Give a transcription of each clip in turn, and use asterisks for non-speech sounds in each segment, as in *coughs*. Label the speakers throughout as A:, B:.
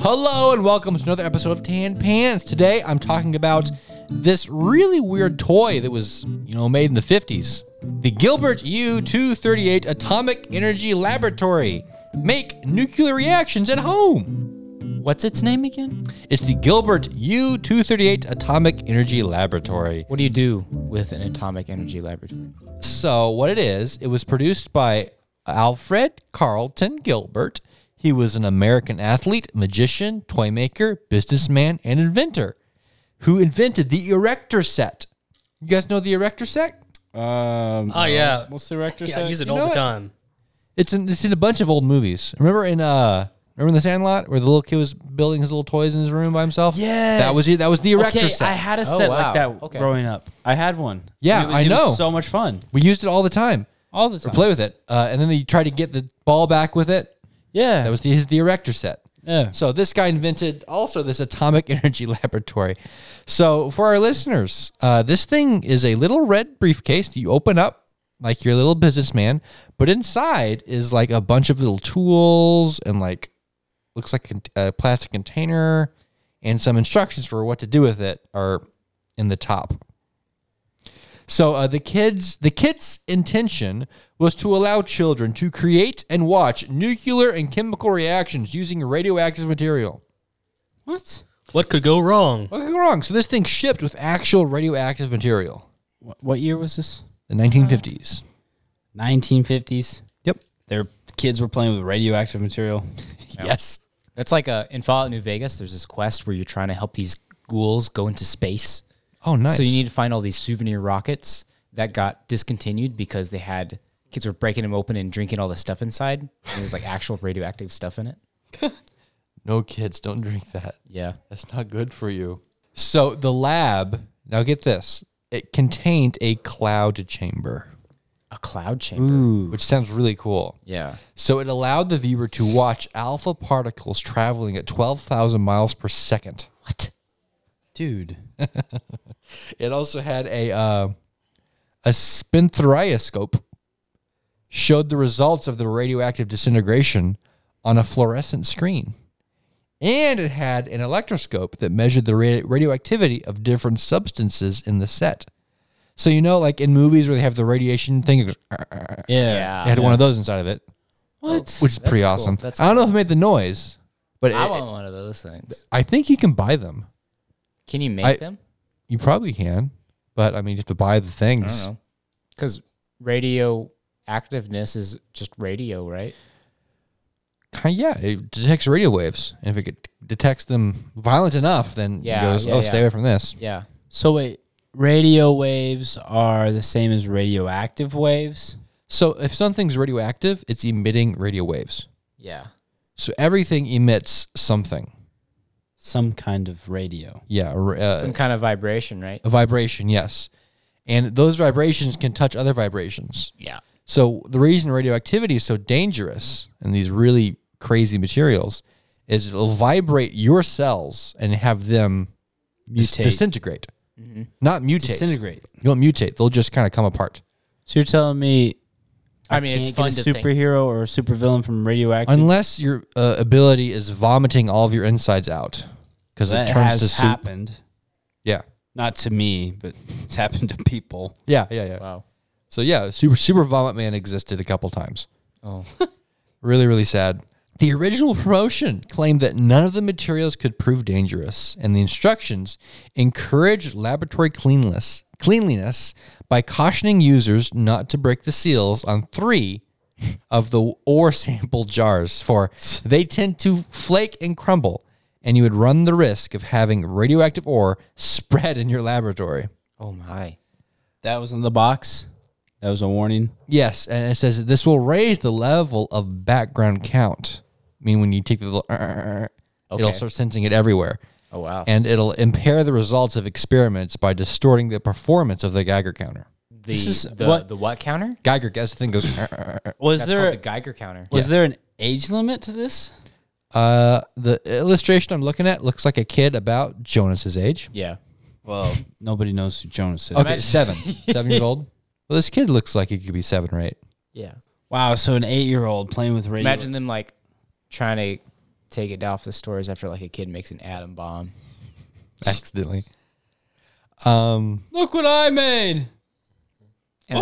A: Hello and welcome to another episode of Tan Pans. Today I'm talking about this really weird toy that was, you know, made in the 50s. The Gilbert U-238 Atomic Energy Laboratory. Make nuclear reactions at home.
B: What's its name again?
A: It's the Gilbert U-238 Atomic Energy Laboratory.
B: What do you do with an atomic energy laboratory?
A: So, what it is, it was produced by Alfred Carlton Gilbert. He was an American athlete, magician, toy maker, businessman, and inventor who invented the Erector set. You guys know the Erector set?
C: Um,
D: Oh yeah,
C: what's the director
D: yeah,
C: say?
D: I use it
A: You
D: all
A: know
D: the
A: what?
D: time.
A: It's in, it's in a bunch of old movies. Remember in uh remember in the Sandlot where the little kid was building his little toys in his room by himself?
C: Yes.
A: That was it. That was the Erector
C: okay,
A: set.
C: I had a
B: Oh,
C: set
B: wow.
C: like that
B: Okay.
C: growing up. I had one.
A: Yeah,
C: It was-
A: I
C: it was
A: know.
C: so much fun
A: we used it all the time.
C: all the time.
A: to Play with it. Uh, and then they tried to get the ball back with it.
C: yeah,
A: That was the, his, the Erector set.
C: yeah.
A: *laughs* So this guy invented also this atomic *laughs* energy laboratory. So for our listeners, uh, this thing is a little red briefcase that you open up like your little businessman, but inside is like a bunch of little tools and like looks like a, a plastic container and some instructions for what to do with it are in the top. So uh, the kids, the kit's intention was to allow children to create and watch nuclear and chemical reactions using radioactive material.
C: What?
D: What could go wrong?
A: What could go wrong? So this thing shipped with actual radioactive material.
C: What, what year was this?
A: The 1950s.
C: 1950s.
A: Yep.
C: Their kids were playing with radioactive material.
A: Yes.
B: That's like a, in Fallout New Vegas, there's this quest where you're trying to help these ghouls go into space.
A: Oh, nice.
B: So you need to find all these souvenir rockets that got discontinued because they had kids were breaking them open and drinking all the stuff inside. And there was like actual radioactive stuff in it.
A: no kids. Don't drink that.
B: Yeah.
A: That's not good for you. So the lab. Now get this. It contained a cloud chamber,
B: A cloud chamber.
A: which sounds really cool.
B: Yeah.
A: So it allowed the viewer to watch alpha particles traveling at 12,000 miles per second.
B: What?
C: Dude.
A: It also had a uh, a spinthrioscope showed the results of the radioactive disintegration on a fluorescent screen. And it had an electroscope that measured the ra- radioactivity of different substances in the set. So you know like in movies where they have the radiation thing it goes, "Arr, arr, arr,"
C: Yeah.
A: it had one of those inside of it,
C: What?
A: which is pretty
B: cool.
A: awesome.
B: Ah, That's
A: I don't know if it made the noise, but
B: I
A: it-
B: want one of those things.
A: I think you can buy them.
B: Can you make
A: I-
B: them?
A: You probably can, but I mean you have to buy the things.
B: I don't know. Because radio activeness is just radio, right?
A: Kind- Yeah, it detects radio waves, and if it get- detects them violent enough, then
B: Yeah,
A: it goes,
B: yeah,
A: "Oh,
B: yeah.
A: stay away from this."
B: Yeah.
C: So wait, radio waves are the same as radioactive waves?
A: So, if something's radioactive, it's emitting radio waves.
B: Yeah.
A: So everything emits something.
C: Some kind of radio.
A: Yeah, or, uh,
B: Some kind of vibration, right?
A: a vibration. Yes, and those vibrations can touch other vibrations.
B: Yeah.
A: So the reason radioactivity is so dangerous and these really crazy materials is it'll vibrate your cells and have them dis-
C: Mutate.
A: disintegrate,
B: Mm-hmm.
A: not mutate.
C: Disintegrate.
A: You don't mutate; they'll just kind of come apart.
C: So you're telling me
B: I, mean,
C: can't
B: it's fun to
C: get a
B: think.
C: superhero or a supervillain from radioactive
A: Unless your uh, ability is vomiting all of your insides out because it
C: that
A: turns
C: has
A: to soup.
C: happened.
A: Yeah.
C: Not to me, but it's happened to people.
A: Yeah, yeah, yeah.
B: Wow.
A: So yeah, super super vomit man existed a couple times.
B: Oh.
A: *laughs* Really, really sad. The original promotion claimed that none of the materials could prove dangerous, and the instructions encouraged laboratory cleanliness, cleanliness by cautioning users not to break the seals on three of the ore sample jars, for they tend to flake and crumble, and you would run the risk of having radioactive ore *laughs* spread in your laboratory.
B: Oh my.
C: That was in the box. That was a warning.
A: Yes, and it says this will raise the level of background count. I mean, when you take the little, it'll
B: Okay.
A: start sensing it everywhere,
B: Oh wow.
A: and it'll impair the results of experiments by distorting the performance of the Geiger counter.
B: the,
C: is-
B: the
C: what-
B: the what counter?
A: Geiger as the thing goes. *coughs* "Arr, arr,
C: Was
B: That's
C: there
B: called the Geiger counter.
C: was there an age limit to this?
A: arr." Uh, the illustration I'm looking at looks like a kid about Jonas's age.
B: Yeah.
C: Well, nobody knows who Jonas is.
A: Okay, seven, seven years old. Well, this kid looks like he could be seven or eight.
B: *laughs* Yeah.
C: Wow, so an eight-year-old playing with radio.
B: Imagine them like trying to take it down off the stores after like a kid makes an atom bomb.
A: accidentally. Um,
C: Look what I made.
B: And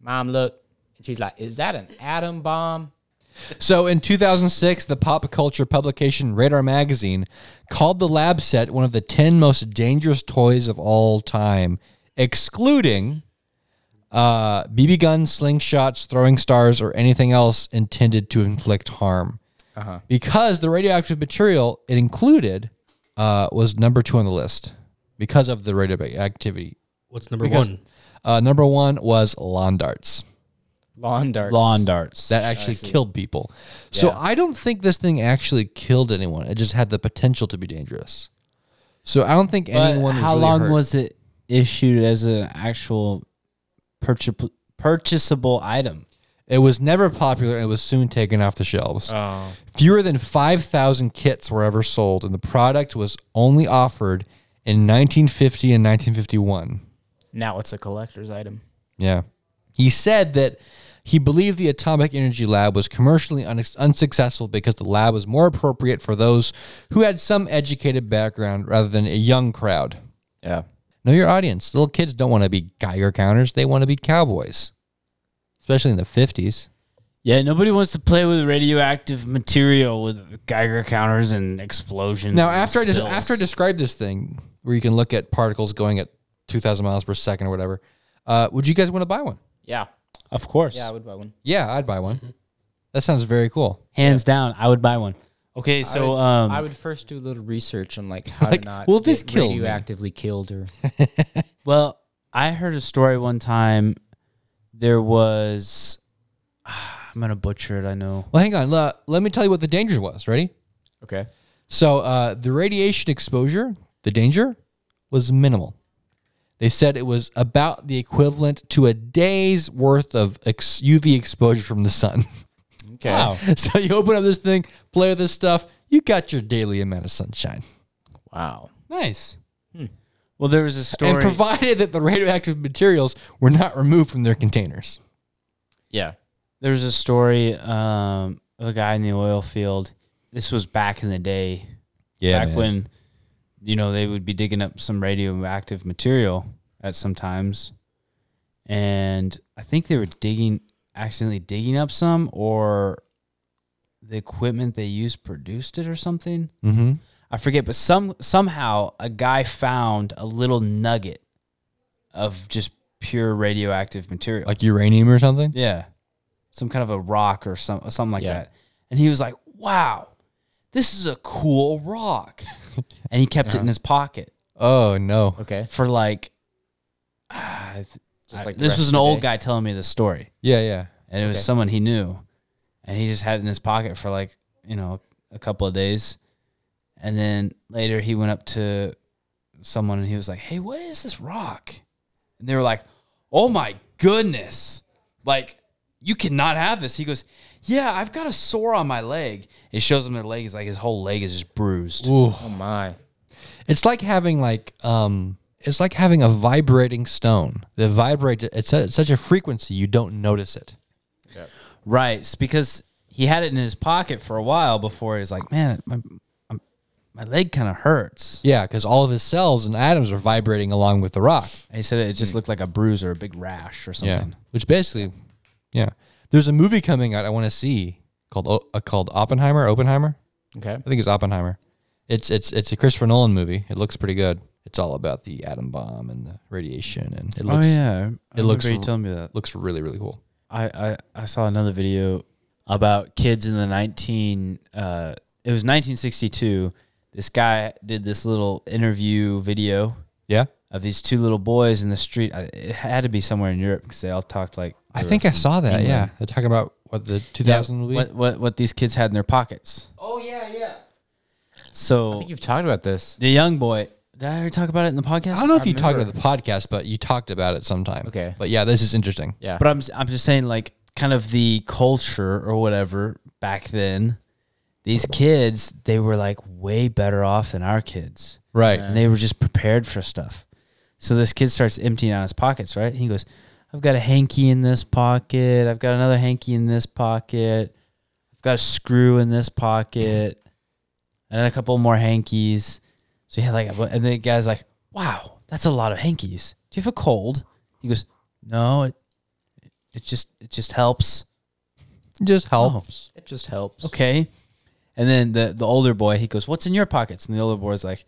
B: mom looked, and she's like, "Is that an atom bomb?"
A: so in 2006, the pop culture publication Radar Magazine called the lab set one of the 10 most dangerous toys of all time, excluding uh, BB guns, slingshots, throwing stars, or anything else intended to inflict harm. Because the radioactive material it included uh, was number two on the list because of the radioactivity.
D: What's number one?
A: Uh, number one was lawn darts.
B: Lawn darts.
C: Lawn darts.
A: that actually killed people. So I don't think this thing actually killed anyone. It just had the potential to be dangerous. So I don't think
C: But
A: anyone. Was
C: how
A: really
C: long
A: hurt.
C: was it issued as an actual purchap- purchasable item?
A: it? Was never popular. and It was soon taken off the shelves.
B: Oh.
A: Fewer than five thousand kits were ever sold, and the product was only offered in 1950 and 1951.
B: Now it's a collector's item.
A: Yeah. He said that he believed the Atomic Energy Lab was commercially un- unsuccessful because the lab was more appropriate for those who had some educated background rather than a young crowd.
B: Yeah.
A: Know your audience. Little kids don't want to be Geiger counters, they want to be cowboys, especially in the 50s.
C: Yeah, nobody wants to play with radioactive material with Geiger counters and explosions.
A: Now,
C: and
A: after I, des-
C: spills.
A: after I described this thing where you can look at particles going at 2,000 miles per second or whatever, uh, would you guys want to buy one?
B: Yeah.
C: of course,
B: Yeah, I would buy one.
A: Yeah, I'd buy one. That sounds very cool.
C: hands down, I would buy one. Okay, so um,
B: I would first do a little research on like how
A: Like,
B: to not
A: will this
B: get
A: kill me?
B: radioactively killed or
C: Well, I heard a story one time. There was, *sighs* I'm gonna butcher it. I know.
A: Well, hang on. Le- let me tell you what the danger was. Ready?
B: okay.
A: So uh, the radiation exposure, the danger, was minimal. They said it was about the equivalent to a day's worth of ex- UV exposure from the sun. *laughs*
B: Okay.
A: so you open up this thing, play with this stuff, you got your daily amount of sunshine.
B: Wow.
C: Nice. Well, there was a story.
A: And provided that the radioactive materials were not removed from their containers.
B: Yeah.
C: there was a story um, of a guy in the oil field. This was back in the day, back when you know they would be digging up some radioactive material at some times, and I think they were digging, accidentally digging up some, or the equipment they used produced it or something.
A: Mm-hmm.
C: I forget, but some somehow a guy found a little nugget of just pure radioactive material.
A: Like uranium or something.
C: Yeah. Some kind of a rock or some, something like
B: Yeah.
C: that. And he was like, wow, this is a
B: *laughs*
C: cool rock. and he kept it
B: Uh-huh.
C: in his pocket
A: Oh no.
B: Okay.
C: for like, *sighs* ah, I th-
B: Just
C: I-
B: like the
C: this
B: rest
C: was
B: of
C: an
B: the
C: old
B: day.
C: guy telling me this story.
A: Yeah, yeah.
C: And it was
B: Okay.
C: someone he knew. And he just had it in his pocket for like, you know, a couple of days. And then later he went up to someone and he was like, hey, what is this rock? And they were like, oh my goodness. Like, you cannot have this. He goes, yeah, I've got a sore on my leg. It shows him their leg is like his whole leg is just bruised.
A: Ooh.
B: Oh my.
A: It's like having like um it's like having a vibrating stone that vibrates at su- such a frequency you don't notice it.
C: Right. It's because he had it in his pocket for a while before he was like, man, my, my, my leg kind of hurts.
A: Yeah, because all of his cells and atoms are vibrating along with the rock.
C: And he said it
A: Mm.
C: just looked like a bruise or a big rash or something.
A: which basically, yeah. There's a movie coming out I want to see called O- uh, called Oppenheimer. Oppenheimer,
B: Okay.
A: I think it's Oppenheimer. It's it's it's a Christopher Nolan movie. It looks pretty good. It's all about the atom bomb and the radiation, and it looks
C: oh yeah,
A: it looks-
C: You telling me that.
A: looks really really cool.
C: I, I I saw another video about kids in the nineteen. Uh, it was nineteen sixty two. This guy did this little interview video
A: Yeah,
C: of these two little boys in the street. I- It had to be somewhere in Europe because they all talked like
A: I think I saw that. Yeah, they're talking about what the 2000 will be.
C: what what what these kids had in their pockets. Oh yeah, yeah.
B: I
C: So
B: think you've talked about this.
C: the young boy. Did I ever talk about it in the podcast?
A: I don't know if you talked
B: remember.
A: about the podcast, but you talked about it sometime.
B: Okay.
A: But yeah, this is interesting.
B: Yeah.
C: But I'm I'm just saying like kind of the culture or whatever back then. These kids, they were like way better off than our kids.
A: Right.
C: And they were just prepared for stuff. So this kid starts emptying out his pockets, right? He goes, I've got a hanky in this pocket. I've got another hanky in this pocket. I've got a screw in this pocket. and then a couple more hankies. So he had like, a, bu- and the guy's like, "Wow, that's a lot of hankies. Do you have a cold?" He goes, "No, it, it just it just helps."
A: Just help.
C: Oh,
B: It just helps.
C: okay. And then the the older boy, he goes, "What's in your pockets?" And the older boy's like,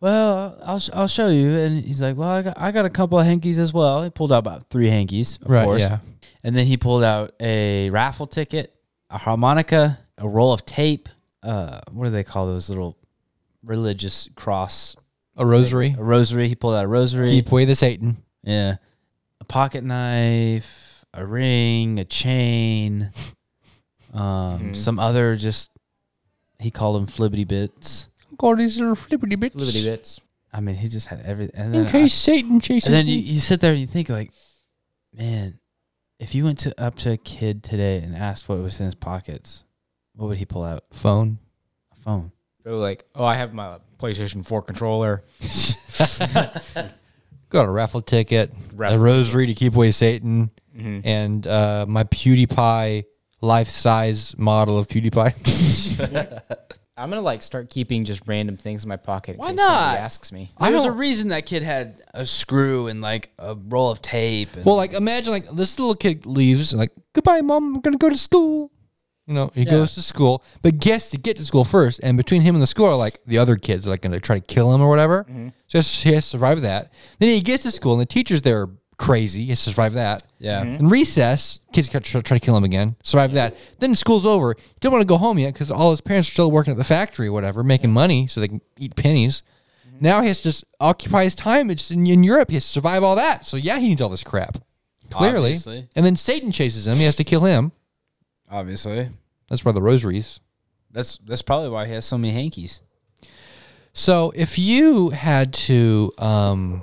C: "Well, I'll sh- I'll show you." And he's like, "Well, I got I got a couple of hankies as well." He pulled out about three hankies, of
A: right.
C: course.
A: Yeah.
C: And then he pulled out a raffle ticket, a harmonica, a roll of tape. Uh, what do they call those little religious cross?
A: A rosary.
C: A rosary. He pulled out a rosary.
A: Keep away the Satan.
C: Yeah. A pocket knife, a ring, a chain, *laughs* um, some other just he called them flibbity bits.
A: God, these little flippity bits.
B: Liberty bits.
C: I mean, he just had everything. And then,
A: In case Satan
C: I,
A: chases
C: and then
A: me.
C: you, you sit there and you think like, man, if you went to up to a kid today and asked what was in his pockets, what would he pull out?
A: phone.
C: A phone.
B: They're like, oh, I have my PlayStation 4 controller.
A: Got a raffle ticket,
B: Raffle
A: a rosary to keep away Satan, and uh, my PewDiePie life-size model of PewDiePie. *laughs*
B: I'm gonna like start keeping just random things in my pocket.
C: Why
B: in case somebody
C: not?
B: Asks me.
A: I
C: There's a
A: don't-
C: reason that kid had a screw and like a roll of tape. And,
A: well, like imagine like this little kid leaves and like goodbye, mom. I'm gonna go to school. You know, he goes to school, but gets to get to school first. And between him and the school are like the other kids, like gonna try to kill him or whatever. Just he has to survive that. Then he gets to school and the teachers there are crazy. He has to survive that.
C: yeah.
A: In recess, kids try, try to kill him again. Survive that. Then school's over. He didn't want to go home yet because all his parents are still working at the factory or whatever, making money so they can eat pennies. Now he has to just occupy his time. It's in, in Europe. He has to survive all that. So yeah, he needs all this crap. Clearly.
C: Obviously.
A: And then Satan chases him. He has to kill him.
C: Obviously.
A: That's why the rosaries.
C: That's that's probably why he has so many hankies.
A: So if you had to, um,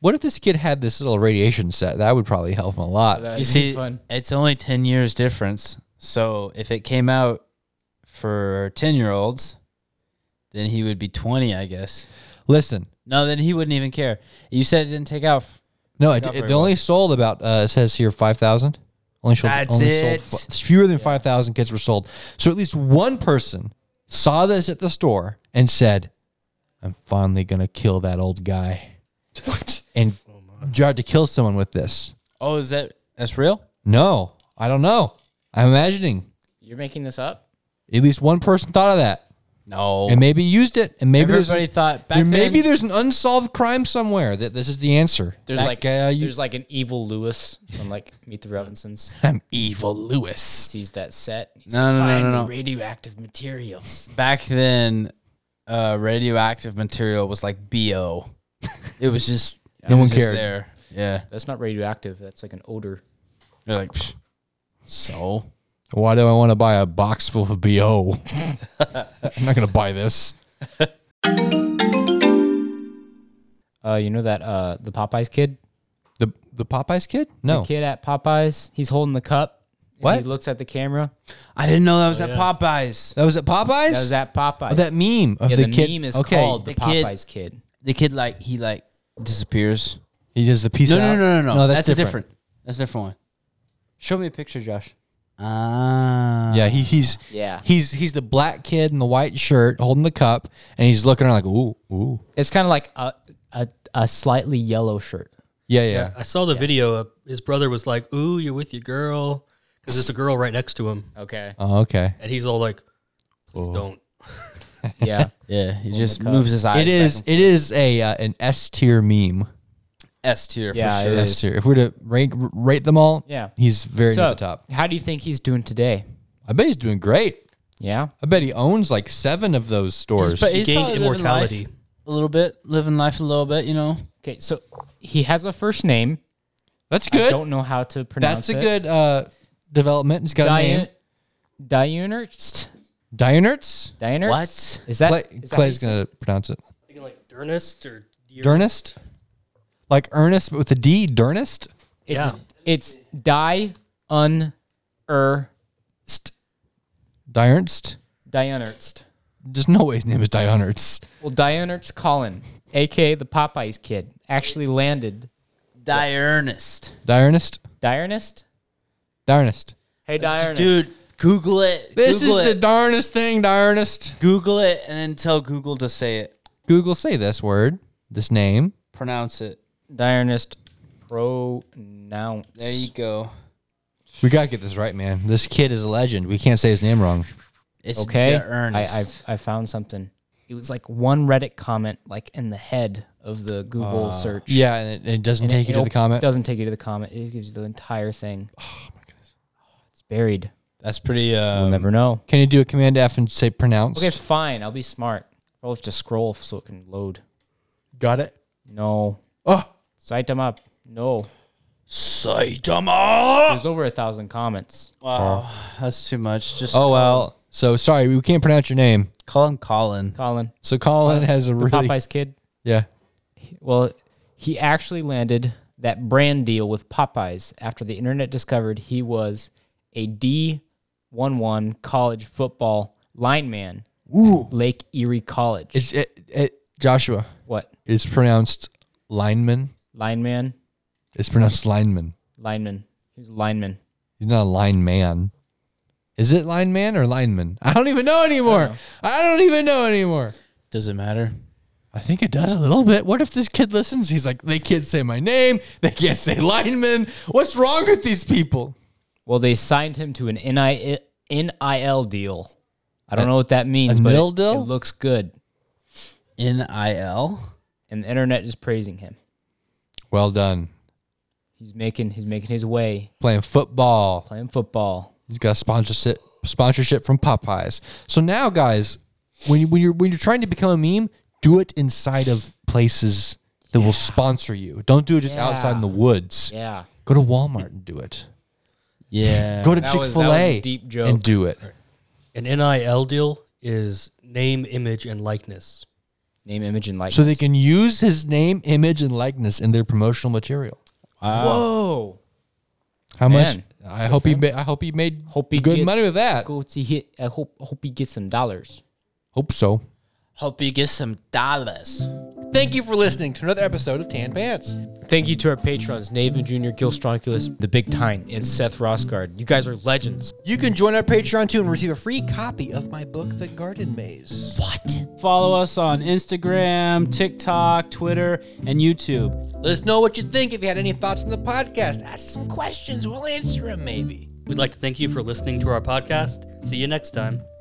A: what if this kid had this little radiation set? That would probably help him a lot.
B: That'd be
C: You see,
B: fun.
C: it's only ten years difference. So if it came out for ten year olds, then he would be twenty, I guess.
A: Listen,
C: No, then he wouldn't even care. You said it didn't take out. f-
A: No, it,
C: Not
A: it,
C: very
A: they only sold about uh, it says here five thousand. Only sold.
C: That's
A: only
C: it.
A: Sold, fi- fewer than five thousand kids were sold. So at least one person saw this at the store and said, "I'm finally gonna kill that old
C: *laughs*
A: guy," and tried to kill someone with this.
C: oh, is that that's real?
A: No, I don't know. I'm imagining
B: You're making this up.
A: at least one person thought of that
C: No.
A: and maybe used it, and maybe there's
C: Everybody
A: an-
C: thought back
A: there- maybe
C: then-
A: there's an unsolved crime somewhere that this is the answer.
B: There's
A: This
B: like
A: guy, you-
B: there's like an evil Lewis from like Meet the Robinsons.
A: I'm evil Lewis.
B: Sees that set. He's
C: No,
B: like,
C: no, no,
B: "Find
C: no,
B: the
C: no.
B: radioactive materials.
C: back then, uh, radioactive material was like bo.
A: *laughs*
C: it was just
A: No
C: it
A: one
C: was just
A: cared.
C: There, yeah.
B: That's not radioactive. That's like an odor.
C: They're like, "Psh, so
A: Why do I want to buy a box full of BO? *laughs* I'm not going to buy this.
B: Uh, you know that uh, the Popeyes kid,
A: The the Popeyes kid? No.
B: the kid at Popeyes, he's holding the cup. and
A: What?
B: He looks at the camera.
C: I didn't know that was at Popeyes.
A: That was at Popeyes?
B: That was at Popeyes.
A: Oh, that meme of
B: yeah,
A: the,
B: the,
A: kid.
B: meme is
A: okay.
B: called the,
C: the kid-
B: Popeyes kid.
C: The kid like he like disappears.
A: He does the piece
C: No,
A: out.
C: no, no, no, no,
A: that's, different.
C: That's a different one. Show me a picture, Josh. Ah.
A: Yeah, he, he's
B: Yeah.
A: he's he's the black kid in the white shirt holding the cup and he's looking around like, "Ooh, ooh."
B: It's kind of like a, a a slightly yellow shirt.
A: Yeah, yeah.
D: I saw the video. Of his brother was like, "Ooh, you're with your girl," because there's a girl right next to him,
B: Okay.
A: Oh, okay.
D: and he's all like, "Please
A: Oh.
D: don't."
B: Yeah.
A: *laughs*
C: Yeah, he just moves his eyes.
A: It is it is a uh, an S tier meme.
C: S tier
B: Yeah,
C: for sure.
B: it is.
A: S tier. If we were to rank rate them all,
B: Yeah.
A: he's very near
B: so,
A: the top.
B: how do you think he's doing today?
A: I bet he's doing great.
B: Yeah.
A: I bet he owns like 7 of those stores.
D: He gained
C: probably living
D: immortality.
C: life a little bit, living life a little bit, you know.
B: Okay, so he has a first name.
A: That's
B: I
A: good.
B: don't know how to pronounce
A: That's a
B: it.
A: good uh, development. It's got a name.
B: Dian- Dianerst.
A: Dianerts?
B: Dianerst.
C: What?
B: is that?
A: Clay,
B: is that how you
A: Clay's
B: say-
A: going to pronounce it.
D: Thinking like Durnest or
A: Durnest? Like Ernest, but with a D. Durnest?
D: Yeah.
B: It's di un er st
A: Diernst?
B: Dianerst.
A: There's no way his name is Dianerts.
B: Well, Dianerst Colin, aka the Popeyes kid, actually landed.
C: Die Ernest.
A: Diernest?
B: Diernest.
A: Diernest.
B: Hey, Diernest.
C: Dude, Google it.
A: This
C: Google
A: is
C: it.
A: the darnest thing, darnest.
C: Google it and then tell Google to say it.
A: Google, say this word, this name.
C: Pronounce it.
B: Diurnist pronounce.
C: There you go.
A: We gotta get this right, man. This kid is a legend. We can't say his name wrong.
C: It's
B: Okay,
C: the earnest.
B: I, I've I found something. It was like one Reddit comment, like in the head of the Google search.
A: Yeah, and it, it doesn't
B: And
A: take
B: it-
A: you to
B: it
A: the comment.
B: Doesn't take you to the comment. It gives you the entire thing. Oh my goodness, it's buried.
C: That's pretty. Uh,
B: We'll never know.
A: Can you do a command F and say pronounce?
B: Okay, fine. I'll be smart. I'll have to scroll so it can load.
A: Got it.
B: No.
A: Oh,
B: Cite them up. No.
C: Saitama.
B: There's over a thousand comments.
C: Wow, that's too much. Just
A: oh well. So sorry, we can't pronounce your name.
C: call him Colin.
B: Colin,
A: So Colin has *laughs* a really
B: Popeye's kid.
A: yeah.
B: Well, he actually landed that brand deal with Popeyes after the internet discovered he was a D11 college football lineman,
A: Ooh,
B: Lake Erie College.
A: it's it, it Joshua.
B: what?
A: It's pronounced lineman.
B: Lineman?
A: It's pronounced lineman.
B: Lineman. He was a lineman.
A: He's not a lineman. Is it lineman or lineman? I don't even know anymore. I don't, even know anymore.
C: Does it matter?
A: I think it does a little bit. What if this kid listens? He's like, they can't say my name. They can't say lineman. What's wrong with these people?
B: Well, they signed him to an NIL, NIL deal. I don't know what that means,
A: a
B: but it-
A: nil
B: it
A: deal?
B: looks good.
C: N I L.
B: And the internet is praising him.
A: Well done.
B: He's making he's making his way
A: Playing football.
B: playing football.
A: He's got sponsorship sponsorship from Popeyes. So now, guys, when you, when you're when you're trying to become a meme, do it inside of places that will sponsor you. Don't do it just outside in the woods.
B: Yeah.
A: Go to Walmart and do it.
C: Yeah.
A: Go to
B: That was- that
A: Chick
B: was a
A: Fil A
B: deep joke.
A: and do it.
D: An NIL deal is name, image, and likeness.
B: Name, image, and likeness.
A: So they can use his name, image, and likeness in their promotional material.
B: Ah. Whoa.
A: How
B: Man.
A: much? I hope he. Ma- I hope he made
B: Hope he
A: good
B: gets-
A: money with that.
B: Go to hit. I hope hope he gets some dollars.
A: Hope so.
C: Hope you get some dollars.
A: Thank you for listening to another episode of Tan Pants.
E: Thank you to our patrons, Nathan Jr., Gil Stronculus, The Big Tine, and Seth Rosgard. You guys are legends.
A: You can join our Patreon too and receive a free copy of my book, The Garden Maze.
C: Follow us on Instagram, TikTok, Twitter, and YouTube.
A: Let us know what you think. If you had any thoughts on the podcast, ask some questions. We'll answer them maybe.
D: We'd like to thank you for listening to our podcast. See you next time.